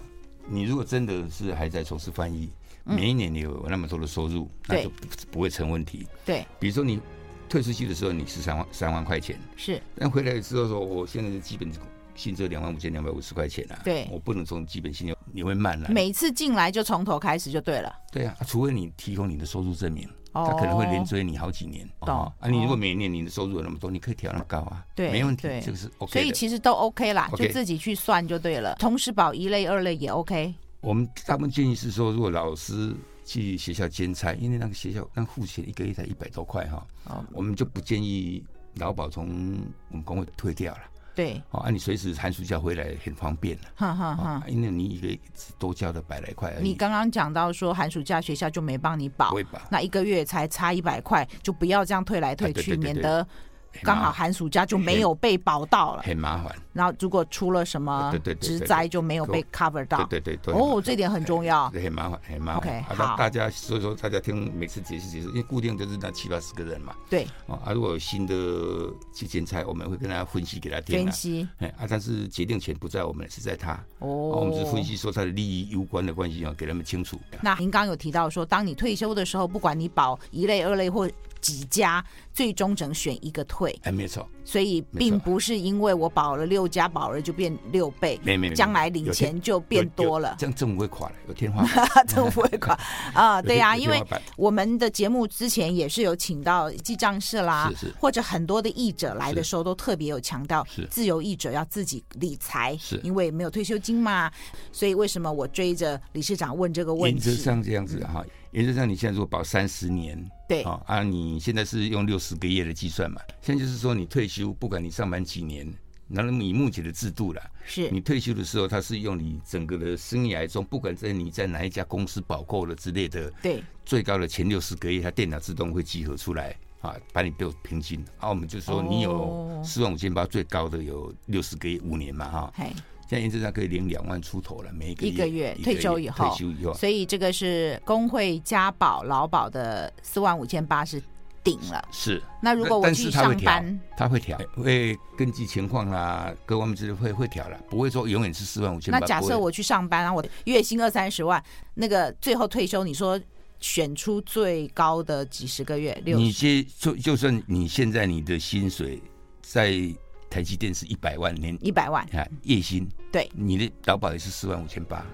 Speaker 2: 你如果真的是还在从事翻译，
Speaker 1: 嗯
Speaker 2: 每一年你有那么多的收入，那
Speaker 1: 对
Speaker 2: 就不不会成问题。
Speaker 1: 对，
Speaker 2: 比如说你退出去的时候，你是三万三万块钱。
Speaker 1: 是
Speaker 2: 但回来之后说，我现在的基本薪只有两万五千两百五十块钱啊，
Speaker 1: 对
Speaker 2: 我不能从基本薪就你会慢了、
Speaker 1: 每次进来就从头开始就对了。
Speaker 2: 对啊，除非你提供你的收入证明，
Speaker 1: 哦
Speaker 2: 他可能会连追你好几年。
Speaker 1: 懂
Speaker 2: 啊，你如果
Speaker 1: 哦
Speaker 2: 每年你的收入有那么多，你可以调那么高啊，
Speaker 1: 对
Speaker 2: 没问题
Speaker 1: 对，
Speaker 2: 这个是 OK
Speaker 1: 所
Speaker 2: 的。
Speaker 1: 以其实都 OK 啦
Speaker 2: OK
Speaker 1: 就自己去算就对了。同时保一类、二类也 OK。
Speaker 2: 我们大部分建议是说，如果老师去学校兼差，因为那个学校那付钱一个月才一百多块哈，
Speaker 1: 哦，
Speaker 2: 我们就不建议劳保从我们工会退掉了。
Speaker 1: 对，
Speaker 2: 哦，啊，你随时寒暑假回来很方便了、
Speaker 1: 哈哈哈
Speaker 2: 啊。因为你一个只多交了百来块而已。
Speaker 1: 你刚刚讲到说寒暑假学校就没帮你保
Speaker 2: 不，会吧？
Speaker 1: 那一个月才差一百块，就不要这样退来退
Speaker 2: 啊对哎
Speaker 1: 去，
Speaker 2: 对对对
Speaker 1: 免得刚好寒暑假就没有被保到了，
Speaker 2: 很麻烦。
Speaker 1: 然后如果出了什么
Speaker 2: 对对对
Speaker 1: 职
Speaker 2: 对
Speaker 1: 灾就没有被
Speaker 2: 对
Speaker 1: cover 到。
Speaker 2: 对对对对。
Speaker 1: 哦，这点很重要。
Speaker 2: 很麻烦，很麻烦。
Speaker 1: OK，
Speaker 2: 啊那
Speaker 1: 好
Speaker 2: 大家所以说大家听每次解释解释，因为固定就是那七八十个人嘛。
Speaker 1: 对，
Speaker 2: 哦啊，如果有新的基金菜，我们会跟大家分析给他听
Speaker 1: 分
Speaker 2: 啊。
Speaker 1: 析
Speaker 2: 哎啊，但是决定权不在我们，是在他。啊
Speaker 1: 哦，
Speaker 2: 我们是分。析说他的利益攸关的关系啊，给他们清楚。
Speaker 1: 那您刚刚有提到说，当你退休的时候，不管你保一类、二类或几家，最终只能选一个退，
Speaker 2: 哎，没错，
Speaker 1: 所以
Speaker 2: 没错
Speaker 1: 并不是因为我保了六家，保了就变六倍，
Speaker 2: 没没没
Speaker 1: 将来领
Speaker 2: 有
Speaker 1: 钱就变多了
Speaker 2: 有有。这样政府会垮了，有天花板。
Speaker 1: 政府会垮啊， 对呀、
Speaker 2: 有
Speaker 1: 因
Speaker 2: 天
Speaker 1: 为
Speaker 2: 花板
Speaker 1: 我们的节目之前也是有请到记账室啦，
Speaker 2: 是是
Speaker 1: 或者很多的译者来的
Speaker 2: 是
Speaker 1: 时候都特别有强调
Speaker 2: 是，
Speaker 1: 自由译者要自己理财，
Speaker 2: 是
Speaker 1: 因为没有退休金嘛，所以为什么我追着理事长问这个问
Speaker 2: 原则
Speaker 1: 题？
Speaker 2: 上这样子哈，原则上你现在如果保三十年，
Speaker 1: 对
Speaker 2: 啊啊，你现在是用六十个月的计算嘛？现在就是说你退休，不管你上班几年，那么以目前的制度啦，
Speaker 1: 是
Speaker 2: 你退休的时候，它是用你整个的生涯中，不管在你在哪一家公司保够了之类的，
Speaker 1: 对，
Speaker 2: 最高的前六十个月，它电脑自动会集合出来。啊，把你都平均，啊，我们就说你有
Speaker 1: 嗯哦
Speaker 2: 四万五千八，最高的有六十个月五年嘛，哈、
Speaker 1: 嘿，
Speaker 2: 现在原则上可以领两万出头了，每一个
Speaker 1: 一个月退休以后
Speaker 2: 退休以后，
Speaker 1: 所以这个是工会加保劳保的四万五千八是顶了。
Speaker 2: 是。
Speaker 1: 那如果我
Speaker 2: 但
Speaker 1: 去
Speaker 2: 是他
Speaker 1: 上
Speaker 2: 会调
Speaker 1: 班，
Speaker 2: 他会调，哎会根据情况啦，各方面之类会会调啦，不会说永远是四万五千八。
Speaker 1: 那假设我去上班，然后我月薪二三十万，那个最后退休，你说选出最高的几十个月
Speaker 2: 不
Speaker 1: 六
Speaker 2: 会
Speaker 1: 十
Speaker 2: 你接就就算你现在你的薪水在台积电是一百万年
Speaker 1: 一百万，
Speaker 2: 啊月薪，
Speaker 1: 对，
Speaker 2: 你的劳保也是四万五千八，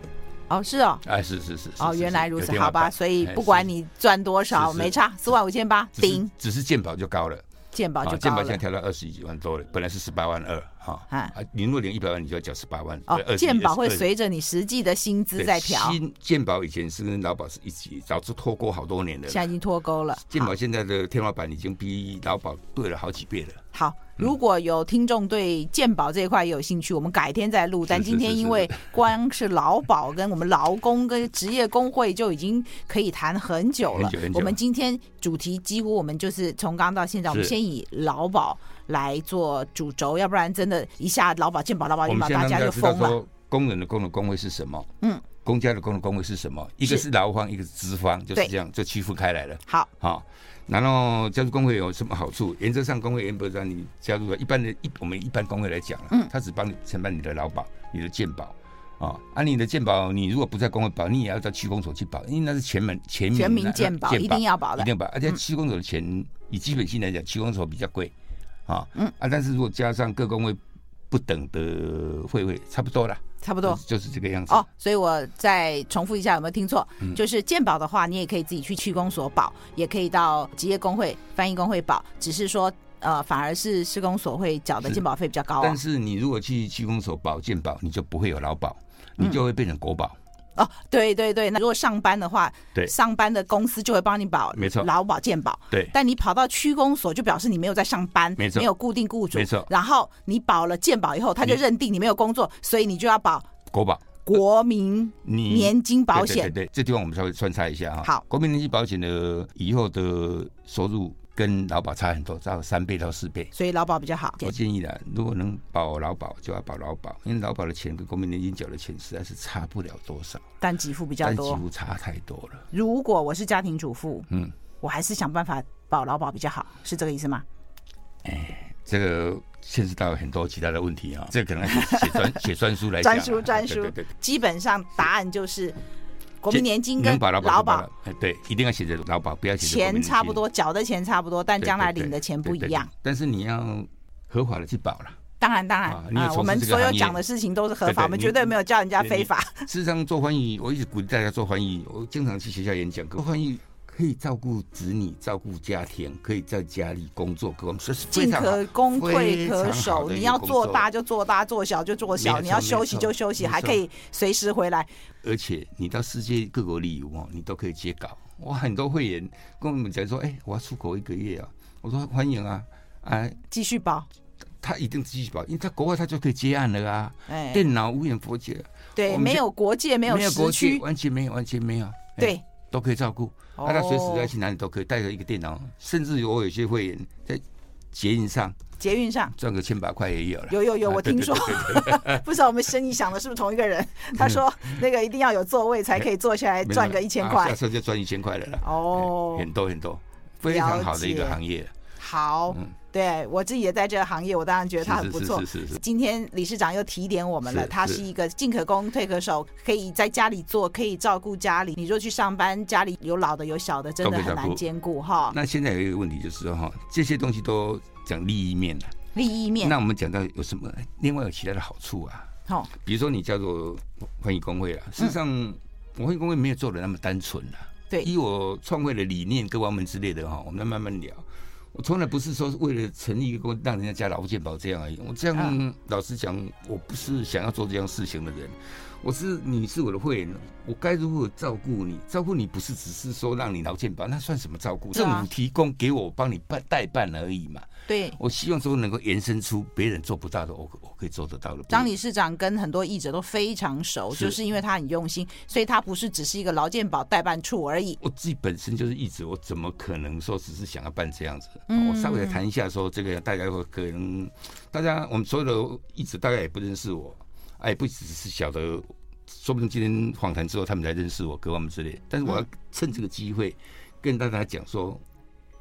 Speaker 1: 哦，是哦，
Speaker 2: 哎，是是是是
Speaker 1: 哦，
Speaker 2: 是
Speaker 1: 原来如
Speaker 2: 有
Speaker 1: 此，
Speaker 2: 天花
Speaker 1: 好吧，
Speaker 2: 板
Speaker 1: 所以
Speaker 2: 哎
Speaker 1: 不管
Speaker 2: 是
Speaker 1: 你赚多少，
Speaker 2: 是是
Speaker 1: 没差，四万五千八
Speaker 2: 只是
Speaker 1: 顶，
Speaker 2: 只是健保就高了，啊
Speaker 1: 健哦保就
Speaker 2: 健
Speaker 1: 高
Speaker 2: 保现在
Speaker 1: 了。
Speaker 2: 调到二十几万多了，本来是十八万二哈，
Speaker 1: 啊
Speaker 2: 啊，你若领一百万，你就要缴十八万，
Speaker 1: 哦，
Speaker 2: 21
Speaker 1: 健保会
Speaker 2: 22
Speaker 1: 随着你实际的薪资
Speaker 2: 对
Speaker 1: 在调，
Speaker 2: 新健保以前是跟劳保是一起，早就脱钩好多年的
Speaker 1: 现在
Speaker 2: 了。
Speaker 1: 已经脱钩了。
Speaker 2: 健
Speaker 1: 好
Speaker 2: 保现在的天花板已经比劳保贵了好几倍了。
Speaker 1: 好，
Speaker 2: 嗯
Speaker 1: 如果有听众对健保这一块有兴趣，我们改天再录。但
Speaker 2: 是
Speaker 1: 今天
Speaker 2: 是
Speaker 1: 因
Speaker 2: 是
Speaker 1: 为光是劳保跟我们劳工跟职业工会就已经可以谈很久了
Speaker 2: 很久很。久
Speaker 1: 我们今天主题几乎我们就是从刚到现在，我们
Speaker 2: 是
Speaker 1: 先以劳保来做主轴，要不然真的一下劳保健保劳保
Speaker 2: 我
Speaker 1: 健保
Speaker 2: 们现
Speaker 1: 大
Speaker 2: 在
Speaker 1: 家
Speaker 2: 让
Speaker 1: 就
Speaker 2: 知道
Speaker 1: 疯了。
Speaker 2: 说，工人的工人工会是什么？
Speaker 1: 嗯，
Speaker 2: 公家的工人工会是什么？一个
Speaker 1: 是
Speaker 2: 是劳方，一个是资方，就是
Speaker 1: 对
Speaker 2: 这样就区分开来了。
Speaker 1: 好，
Speaker 2: 好、然后加入工会有什么好处？原则上，工会原本让你加入了，一般的一我们一般工会来讲啊了，
Speaker 1: 嗯
Speaker 2: 他只帮你承办你的劳保、你的健保。啊，啊，你的健保，你如果不在工会保，你也要到区公所去保，因为那是全民全民
Speaker 1: 全民
Speaker 2: 啊那
Speaker 1: 健保
Speaker 2: 健
Speaker 1: 一定要保
Speaker 2: 嗯一
Speaker 1: 的。
Speaker 2: 定要保。而且区公所的钱，以基本性来讲，区公所比较贵啊，
Speaker 1: 嗯
Speaker 2: 啊，但是如果加上各工会不等的会费，差不多啦，
Speaker 1: 差不
Speaker 2: 不
Speaker 1: 多。
Speaker 2: 就是这个样子。
Speaker 1: 哦，所以我再重复一下，有没有听错？
Speaker 2: 嗯
Speaker 1: 就是健保的话，你也可以自己去区公所保，也可以到职业工会、翻译工会保，只是说呃，反而是施工所会缴的
Speaker 2: 是
Speaker 1: 健保费比较高、
Speaker 2: 但
Speaker 1: 哦。
Speaker 2: 是你如果去区公所保健保，你就不会有劳保，你就会变成国保。
Speaker 1: 哦，对对对，那如果上班的话，
Speaker 2: 对
Speaker 1: 上班的公司就会帮你保，
Speaker 2: 没错
Speaker 1: 劳保、健保。
Speaker 2: 对
Speaker 1: 但你跑到区公所，就表示你没有在上班，
Speaker 2: 没错
Speaker 1: 没有固定雇主，
Speaker 2: 没错嗯
Speaker 1: 然后你保了健保以后，他就
Speaker 2: 你
Speaker 1: 认定你没有工作，所以你就要保
Speaker 2: 国保。
Speaker 1: 国民
Speaker 2: 你
Speaker 1: 年金保
Speaker 2: 对
Speaker 1: 险。
Speaker 2: 对对对，这地方我们稍微穿插一下哈。
Speaker 1: 好
Speaker 2: 国民年金保险的以后的收入跟劳保差很多，差三倍到四倍。
Speaker 1: 所以劳保比较好，
Speaker 2: 我建议啦，如果能保劳保就要保劳保，因为劳保的钱跟国民年金缴的钱实在是差不了多少，
Speaker 1: 但给付比较
Speaker 2: 但几
Speaker 1: 多。
Speaker 2: 乎差太多了。
Speaker 1: 如果我是家庭主妇，
Speaker 2: 嗯，
Speaker 1: 我还是想办法保劳保比较好，是这个意思吗？
Speaker 2: 这个牵涉到很多其他的问题啊，这可能要写写专 写专书来讲
Speaker 1: 专
Speaker 2: 啊
Speaker 1: 书专书
Speaker 2: 对对对对
Speaker 1: 基本上答案就是国民年金跟
Speaker 2: 能保劳保
Speaker 1: 劳
Speaker 2: 就保
Speaker 1: 保
Speaker 2: 了，哎对，一定要写着劳保，不要写着国民
Speaker 1: 钱
Speaker 2: 年金
Speaker 1: 差不多，缴的钱差不多，但
Speaker 2: 对
Speaker 1: 将来
Speaker 2: 对对
Speaker 1: 领的钱
Speaker 2: 对
Speaker 1: 不一
Speaker 2: 对对
Speaker 1: 样。
Speaker 2: 但是你要合法的去保啦。
Speaker 1: 当然，当然
Speaker 2: 啊你也
Speaker 1: 啊，
Speaker 2: 从事
Speaker 1: 我们
Speaker 2: 这个
Speaker 1: 所有
Speaker 2: 行业
Speaker 1: 讲的事情都是合
Speaker 2: 对对
Speaker 1: 法，我们
Speaker 2: 你
Speaker 1: 绝对没有叫人家
Speaker 2: 对
Speaker 1: 非
Speaker 2: 你
Speaker 1: 法。
Speaker 2: 事实上，做翻译，我一直鼓励大家做翻译。我经常去学校演讲，做翻译可以照顾子女、照顾家庭，可以在家里工作，各方面这是非
Speaker 1: 进
Speaker 2: 常好
Speaker 1: 可。攻，
Speaker 2: 非
Speaker 1: 退可
Speaker 2: 常好
Speaker 1: 守。
Speaker 2: 的一
Speaker 1: 你
Speaker 2: 个
Speaker 1: 要
Speaker 2: 工
Speaker 1: 做
Speaker 2: 作
Speaker 1: 大就做大，做小就做小。
Speaker 2: 没
Speaker 1: 你要
Speaker 2: 错
Speaker 1: 休
Speaker 2: 没
Speaker 1: 息
Speaker 2: 错
Speaker 1: 就休息，
Speaker 2: 没
Speaker 1: 还
Speaker 2: 错
Speaker 1: 可以随时回来。
Speaker 2: 而且你到世界各国旅游哦，你都可以接稿。我很多会员跟我们讲说：“哎、我要出国一个月啊！”我说：“欢迎啊！”啊，
Speaker 1: 继续保。
Speaker 2: 他一定继续保，因为他国外他就可以接案了啊。
Speaker 1: 哎，
Speaker 2: 电脑无远佛界，
Speaker 1: 对，
Speaker 2: 我们
Speaker 1: 没
Speaker 2: 这
Speaker 1: 有国界，没有
Speaker 2: 没有
Speaker 1: 时
Speaker 2: 国界，
Speaker 1: 区，
Speaker 2: 完全没有，完全没有。哎
Speaker 1: 对，
Speaker 2: 都可以照顾。那、
Speaker 1: 哦
Speaker 2: 啊他随时要去哪里都可以带着一个电脑，甚至有我有些会员在捷运上
Speaker 1: 捷运上
Speaker 2: 赚个千把块也有了。
Speaker 1: 有有有，
Speaker 2: 啊
Speaker 1: 我
Speaker 2: 对
Speaker 1: 听
Speaker 2: 对嗯
Speaker 1: 说， 不知道我们生意想的是不是同一个人？他说那个一定要有座位才可以坐下来
Speaker 2: 没
Speaker 1: 赚
Speaker 2: 错
Speaker 1: 个一千
Speaker 2: 啊
Speaker 1: 块
Speaker 2: 下。次就赚一千块了啦。
Speaker 1: 哦
Speaker 2: 哎很多很多，非常好的一
Speaker 1: 了
Speaker 2: 个
Speaker 1: 解
Speaker 2: 行业，
Speaker 1: 好
Speaker 2: 嗯，
Speaker 1: 对我自己也在这个行业，我当然觉得他很
Speaker 2: 是
Speaker 1: 不
Speaker 2: 是
Speaker 1: 错
Speaker 2: 是。是是是，
Speaker 1: 今天理事长又提点我们了，
Speaker 2: 是
Speaker 1: 他
Speaker 2: 是
Speaker 1: 是一个进可攻退可守，可以在家里做，可以照顾家里。你若去上班，家里有老的有小的，真的
Speaker 2: 都可以
Speaker 1: 很
Speaker 2: 照顾
Speaker 1: 难兼顾哈。
Speaker 2: 那现在有一个问题就是说哈，这些东西都讲利益面了。啊
Speaker 3: 利益面
Speaker 2: 那我们讲到有什么？另外有其他的好处啊，
Speaker 3: 好
Speaker 2: 比如说你叫做翻译工会啊，事实上，
Speaker 1: 嗯
Speaker 2: 我翻译工会没有做的那么单纯啊。
Speaker 1: 对
Speaker 2: 以我创会的理念、各方面之类的哈，我们再慢慢聊。我从来不是说为了成立一个让人家加劳健保这样而已。我这样、
Speaker 1: 啊
Speaker 2: 老实讲，我不是想要做这样事情的人。我是你是我的会员，我该如何照顾你？照顾你不是只是说让你劳健保，那算什么照顾？
Speaker 1: 对啊
Speaker 2: 政府提供给我帮你办代办而已嘛。
Speaker 3: 对。
Speaker 2: 我希望说能够延伸出别人做不到的，我可我可以做得到的。
Speaker 1: 张理事长跟很多译者都非常熟，
Speaker 2: 嗯是
Speaker 1: 就是因为他很用心，所以他不是只是一个劳健保代办处而已。
Speaker 2: 我自己本身就是一直，我怎么可能说只是想要办这样子？
Speaker 3: 嗯
Speaker 2: 我稍微谈一下说这个，大家会可能，大家我们所有的一直大概也不认识我，哎，也不只是晓得，说不定今天访谈之后他们才认识我，各方面之类。但是我要趁这个机会跟大家讲说，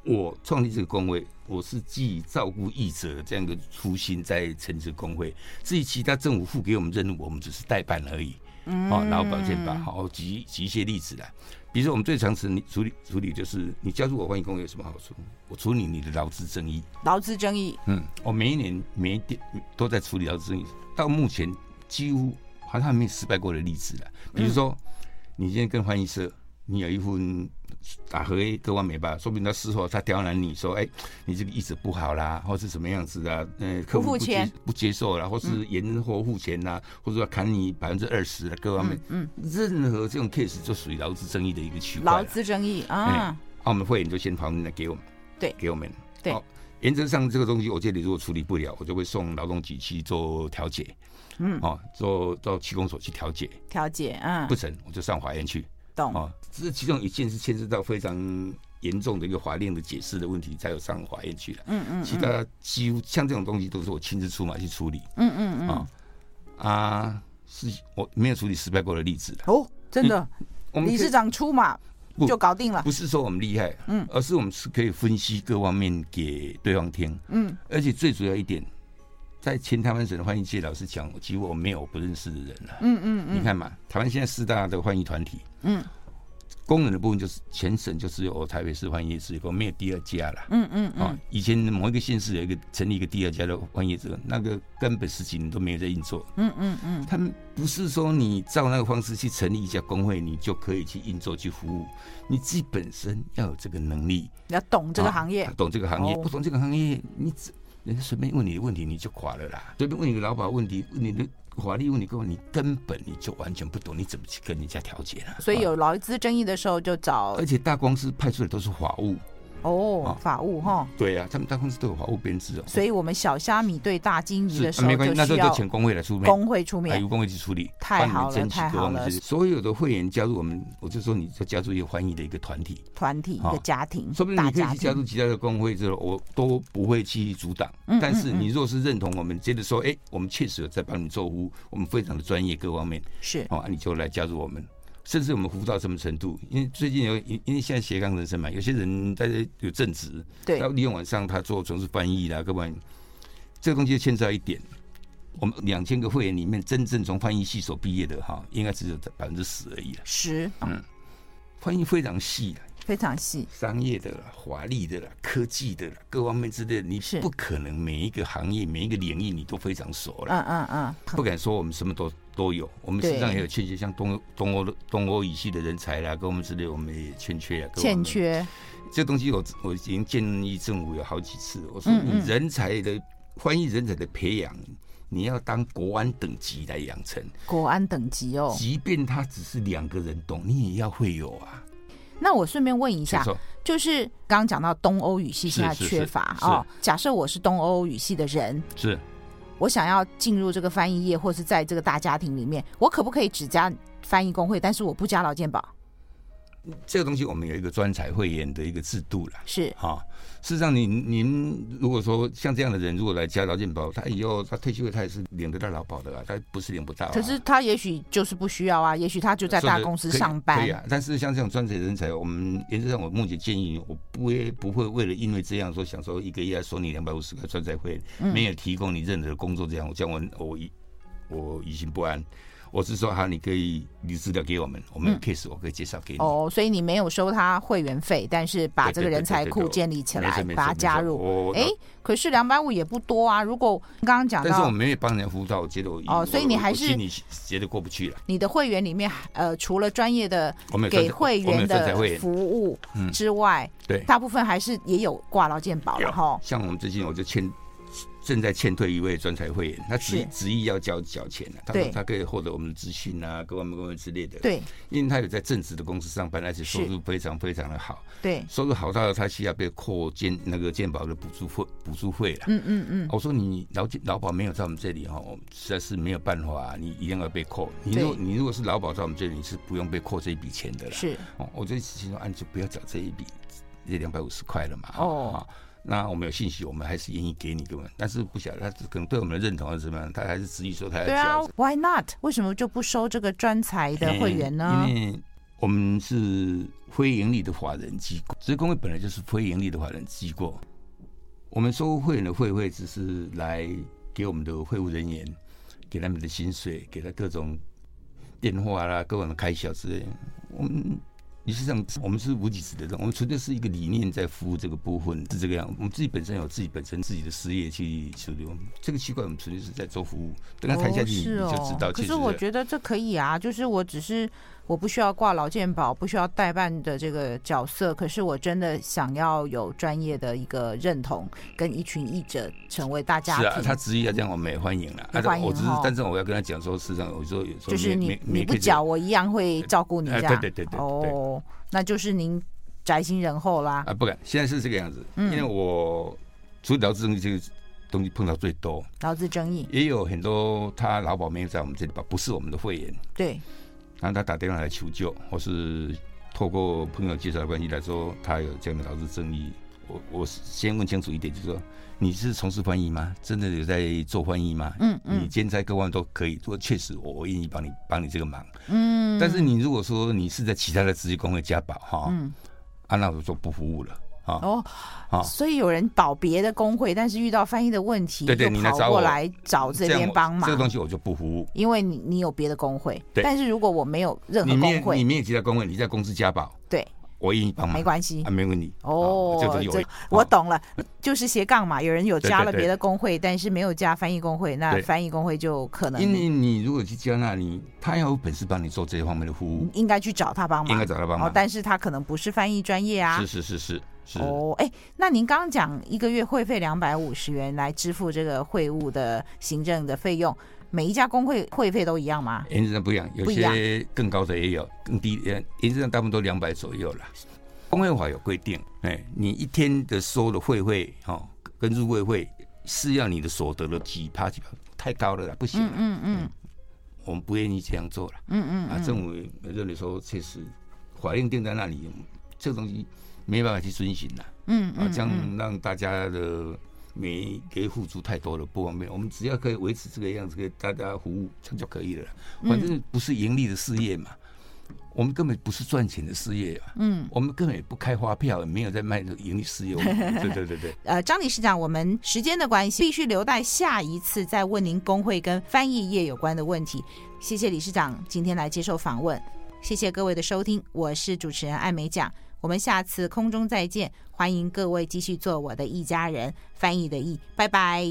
Speaker 2: 我创立这个工会，我是基于照顾译者的这样一个初心在成立这个工会。至于其他政府付给我们任务，我们只是代办而已。哦，然后保健吧，好，举举一些例子来。比如说，我们最常处理处理处理就是，你加入我欢迎工会有什么好处？我处理你的劳资争议。
Speaker 1: 劳资争 议
Speaker 2: 嗯，我每一年每一点都在处理劳资争议，到目前几乎好像还没有失败过的例子了。比如说，你今天跟欢迎社，你有一份打合约各方面吧，说不定他事后他刁难你说，哎，你这个意思不好啦，或是什么样子的，呃，客
Speaker 1: 不
Speaker 2: 户
Speaker 1: 付
Speaker 2: 不
Speaker 1: 钱
Speaker 2: 接不接受啦，或是延后付钱啦，或者说砍你百分之二十各方面，嗯，任何这种 case 就属于劳资争议的一个区块
Speaker 3: 劳
Speaker 2: 啦。
Speaker 3: 资争议啊，
Speaker 2: 啊，我们会员就先旁边来给我们，
Speaker 3: 对
Speaker 2: 给我们，
Speaker 3: 对
Speaker 2: 好。原则上这个东西，我这里如果处理不了，我就会送劳动局去做调解，嗯，哦，做到区公所去调解，
Speaker 3: 调解
Speaker 1: 嗯
Speaker 3: 啊
Speaker 2: 不，成我就上法院去，
Speaker 1: 懂
Speaker 2: 哦。这其中一件是牵涉到非常严重的一个法令的解释的问题，才有上法院去了。嗯嗯，其他几乎像这种东西都是我亲自出马去处理。嗯嗯嗯，啊啊，是我没有处理失败过的例子了。
Speaker 1: 哦，真的，
Speaker 2: 嗯我们
Speaker 1: 理
Speaker 2: 可以
Speaker 1: 事长出马
Speaker 2: 不
Speaker 1: 就搞定了。
Speaker 2: 不是说我们厉害，嗯，而是我们是可以分析各方面给对方听，嗯，而且最主要一点，在前台湾省的翻译界，老实讲，几乎我没有不认识的人了、嗯嗯嗯，你看嘛，台湾现在四大的翻译团体，嗯，工人的部分就是全省就只有台北市翻译职工，没有第二家了，嗯嗯啊，以前某一个县市有一个成立一个第二家的翻译者，那个根本十几年都没有在运作，
Speaker 3: 嗯嗯嗯，
Speaker 2: 他们不是说你照那个方式去成立一家工会，你就可以去运作、去服务。你自己本身要有这个能力，
Speaker 1: 你要懂这个行业
Speaker 2: 啊，懂这个行业，
Speaker 1: 哦
Speaker 2: 不懂这个行业，你只人家随便问你的问题你就垮了啦。随便问你个劳保问题，问你的法律问题，你根本你就完全不懂，你怎么去跟人家调解了？
Speaker 1: 所以
Speaker 2: 啊，
Speaker 1: 有劳资争议的时候就找
Speaker 2: 而且大公司派出的都是法务，
Speaker 1: 哦
Speaker 2: 啊
Speaker 1: 法务哈。
Speaker 2: 对啊，他们大公司都有法务编制哦。
Speaker 1: 所以我们小虾米对大金鱼
Speaker 2: 是、
Speaker 1: 的
Speaker 2: 啊
Speaker 1: 时候
Speaker 2: 没关系，那
Speaker 1: 需
Speaker 2: 时候就
Speaker 1: 要
Speaker 2: 请哎工会来出面。
Speaker 1: 工会出
Speaker 2: 还
Speaker 1: 面
Speaker 2: 有工会去处理，
Speaker 1: 太
Speaker 2: 帮你
Speaker 1: 好了
Speaker 2: 争取
Speaker 1: 太
Speaker 2: 各
Speaker 1: 好
Speaker 2: 方面
Speaker 1: 了
Speaker 2: 之事所有的会员加入我们，我就说你就加入一个欢迎的一个团体，
Speaker 1: 团体一
Speaker 2: 啊
Speaker 1: 个家庭
Speaker 2: 说不，定
Speaker 1: 大
Speaker 2: 你可以
Speaker 1: 家
Speaker 2: 去加入
Speaker 1: 庭
Speaker 2: 其他的工会之后，我都不会去阻挡。
Speaker 1: 嗯
Speaker 2: 但是你若是认同我们，接着说，哎、我们确实有在帮你做屋，我们非常的专业各方面，
Speaker 1: 是
Speaker 2: 哦，啊你就来加入我们。甚至我们服务到什么程度？因为最近有，因因为现在斜杠人生嘛，有些人在这有正职，
Speaker 1: 对
Speaker 2: 到利用晚上他做从事翻译啦，各方面，这个东西牵涉到一点，我们两千个会员里面，真正从翻译系所毕业的哈，应该只有百分之十而已了。
Speaker 1: 十
Speaker 2: 嗯翻译非常细的，
Speaker 1: 非常细，
Speaker 2: 商业的啦、华丽的啦、科技的啦，各方面之类的，你
Speaker 1: 是
Speaker 2: 不可能每一个行业、每一个领域你都非常熟了。
Speaker 1: 嗯嗯嗯，
Speaker 2: 不敢说我们什么都都有，我们
Speaker 1: 对
Speaker 2: 实际上也有欠缺，像东欧东欧的东欧语系的人才啦，跟我们之类，我们也欠缺啊。各方
Speaker 1: 欠
Speaker 2: 面
Speaker 1: 缺
Speaker 2: 这东西我，我已经建议政府有好几次，我
Speaker 1: 嗯
Speaker 2: 说你人才的翻译人才的培养，你要当国安等级来养成，
Speaker 1: 国安等级哦。
Speaker 2: 即便他只是两个人懂，你也要会有啊。
Speaker 1: 那我顺便问一
Speaker 2: 没
Speaker 1: 下，
Speaker 2: 错，
Speaker 1: 就是啊刚刚讲到东欧语系
Speaker 2: 是
Speaker 1: 现在
Speaker 2: 是
Speaker 1: 缺
Speaker 2: 是
Speaker 1: 乏
Speaker 2: 是
Speaker 1: 哦，假设我是东欧语系的人，
Speaker 2: 是
Speaker 1: 我想要进入这个翻译业，或是在这个大家庭里面，我可不可以只加翻译工会，但是我不加劳健保？
Speaker 2: 这个东西我们有一个专才会员的一个制度啦。
Speaker 4: 是
Speaker 2: 哈、事实上您，您如果说像这样的人，如果来加劳健保，他以后他退休了，他也是领得到劳保的啊，他不是领不到、啊。
Speaker 1: 可是他也许就是不需要啊，也许他就在大公司上班
Speaker 2: 对。呀、啊但是像这种专职人才，我们原则上我目前建议，我不会不会为了因为这样说想说一个月要收你两百五十个专才会，
Speaker 1: 嗯
Speaker 2: 没有提供你任何的工作这样，我这样我我疑我疑心不安。我是说，好，你可以你资料给我们，我们有 case 我可以介绍给你。
Speaker 1: 嗯哦，所以你没有收他会员费，但是把
Speaker 2: 对
Speaker 1: 这个
Speaker 2: 对对
Speaker 1: 人才
Speaker 2: 对对
Speaker 1: 库
Speaker 2: 对
Speaker 1: 建立起
Speaker 2: 没
Speaker 1: 来
Speaker 2: 错没，错
Speaker 1: 把它
Speaker 2: 没错
Speaker 1: 加入。
Speaker 2: 我
Speaker 1: 哎，可是两百五也不多啊。如果刚刚讲
Speaker 2: 但是我
Speaker 1: 到
Speaker 2: 们没有帮人家辅导，我觉得我
Speaker 1: 哦所以你还是
Speaker 2: 你觉得过不去了。
Speaker 1: 你的会员里面，呃，除了专业的
Speaker 2: 我们有专
Speaker 1: 给会
Speaker 2: 我们
Speaker 1: 员
Speaker 2: 有专才
Speaker 1: 的
Speaker 2: 会员嗯
Speaker 1: 服务之外，
Speaker 2: 对，
Speaker 1: 大部分还是也有挂劳健保了哈。
Speaker 2: 像我们最近我就欠正在欠退一位专才会员，他执
Speaker 1: 是
Speaker 2: 执意要交缴钱了、他
Speaker 1: 对
Speaker 2: 说他可以获得我们的资讯啊，各方面各方面之类的。，
Speaker 1: 对
Speaker 2: 因为他有在正职的公司上班，而且收
Speaker 1: 是
Speaker 2: 入非常非常的好，
Speaker 1: 对，
Speaker 2: 收入好到他需要被扣健那个健保的补助费补助费了。
Speaker 1: 嗯嗯嗯，
Speaker 2: 我说你劳健劳保没有在我们这里哈，我们实在是没有办法、你一定要被扣。你如果你如果是劳保在我们这里，你是不用被扣这一笔钱的啦。
Speaker 1: 是
Speaker 2: 哦，我就心说，啊，你就不要找这一笔，这两百五十块了嘛。
Speaker 1: 哦
Speaker 2: 啊那我们有信息，我们还是愿意给你各位，但是不晓得他可能对我们的认同还是怎么样，他还是执意说他要
Speaker 1: 对啊
Speaker 2: 交
Speaker 1: ，Why not？为什么就不收这个专才的会员呢
Speaker 2: 嗯？因为我们是非盈利的法人机构，职工会本来就是非盈利的法人机构，我们收会员的会费只是来给我们的会务人员给他们的薪水，给他各种电话啦、各种的开销之类的。我们理事长，我们是无几职的，我们纯粹是一个理念在服务这个部分，是这个样。我们自己本身有自己本身自己的事业去处理，我们这个习惯我们纯粹是在做服务。等他谈下去，你
Speaker 1: 哦是
Speaker 2: 就知道。
Speaker 1: 可
Speaker 2: 其
Speaker 1: 是
Speaker 2: 实
Speaker 1: 我觉得这可以啊，就是我只是我不需要挂劳健保，不需要代办的这个角色，可是我真的想要有专业的一个认同，跟一群译者成为大家
Speaker 2: 是
Speaker 1: 庭。
Speaker 2: 啊，他执意要这样，我们也欢迎了。
Speaker 1: 也
Speaker 2: 啊
Speaker 1: 欢迎
Speaker 2: 我只是
Speaker 1: 哈，
Speaker 2: 但是我要跟他讲说，事实上，我说有时候
Speaker 1: 就是
Speaker 2: 没
Speaker 1: 你
Speaker 2: 没
Speaker 1: 你
Speaker 2: 没
Speaker 1: 不
Speaker 2: 可以
Speaker 1: 缴，我一样会照顾你这
Speaker 2: 哎
Speaker 1: 样。
Speaker 2: 对对对对对
Speaker 1: 哦，那就是您宅心仁厚啦。
Speaker 2: 啊，不敢。现在是这个样子，
Speaker 1: 嗯
Speaker 2: 因为我除了劳资争议这个东西碰到最多，
Speaker 1: 劳资争议，
Speaker 2: 也有很多他劳保没有在我们这里吧，不是我们的会员，
Speaker 1: 对，
Speaker 2: 然后他打电话来求救，或是透过朋友介绍的关系来说，他有这样的劳资争议。我我先问清楚一点，就是说你是从事翻译吗？真的有在做翻译吗？
Speaker 1: 嗯
Speaker 2: 你
Speaker 1: 嗯
Speaker 2: 兼差各方面都可以，说确实我我愿意帮你帮你这个忙。
Speaker 1: 嗯，
Speaker 2: 但是你如果说你是在其他的职业工会加保哈，
Speaker 1: 嗯
Speaker 2: 啊，那我就说不服务了啊。
Speaker 1: 哦，
Speaker 2: 好
Speaker 1: 所以有人保别的工会，但是遇到翻译的问题，
Speaker 2: 对对
Speaker 1: 就
Speaker 2: 你来
Speaker 1: 跑
Speaker 2: 找
Speaker 1: 过
Speaker 2: 我
Speaker 1: 来找这
Speaker 2: 样
Speaker 1: 边
Speaker 2: 我
Speaker 1: 帮忙
Speaker 2: 这个。东西我就不服务。
Speaker 1: 因为你你有别的工会，
Speaker 2: 对
Speaker 1: 但是如果我没有任
Speaker 2: 你
Speaker 1: 何
Speaker 2: 没
Speaker 1: 工
Speaker 2: 有你
Speaker 1: 会，
Speaker 2: 没有其他工会，你在公司加保，
Speaker 1: 对，
Speaker 2: 我愿意帮忙，
Speaker 1: 没关系
Speaker 2: 啊，。没问题。
Speaker 1: 哦
Speaker 2: 啊，这个有
Speaker 1: 这我懂了，就是斜杠嘛。有人有
Speaker 2: 对对
Speaker 1: 加了
Speaker 2: 对
Speaker 1: 别的工会，但是没有加翻译工会，那
Speaker 2: 对
Speaker 1: 翻译工会就可能
Speaker 2: 因为你如果去加那里，他要有本事帮你做这方面的服务，
Speaker 1: 应该去找他帮忙，
Speaker 2: 应该找他帮
Speaker 1: 哦
Speaker 2: 忙，。
Speaker 1: 但是他可能不是翻译专业啊。
Speaker 2: 是是是是是，
Speaker 1: 哦，哎，那您刚刚讲一个月会费两百五十元来支付这个会务的行政的费用，每一家工会会费都一样吗？
Speaker 2: 原则上不一样，有
Speaker 1: 不一样
Speaker 2: 些更高的也有，更低，呃，原则上大部分都两百左右了。工会法有规定，哎，你一天的收的会费哦，跟入会费是要你的所得的几趴几趴，太高了啦，不行啦，
Speaker 1: 嗯嗯
Speaker 2: 我们不愿意这样做了。
Speaker 1: 嗯嗯
Speaker 2: 啊，政府认为说确实，法令定在那里，这个东西没办法去遵循啦。
Speaker 1: 嗯
Speaker 2: 啊，这
Speaker 1: 嗯，
Speaker 2: 样让大家的没给付出太多的不方便。我们只要可以维持这个样子，给大家服务，这样就可以了啦。反正不是盈利的事业嘛，我们根本不是赚钱的事业嘛。嗯，我们根本也不开发票，也没有在卖盈利事业。我们 对对对对，
Speaker 4: 呃，张理事长，我们时间的关系，必须留待下一次再问您工会跟翻译业有关的问题。谢谢理事长今天来接受访问，谢谢各位的收听，我是主持人艾美奖，我们下次空中再见，欢迎各位继续做我的一家人，翻译的译，拜拜。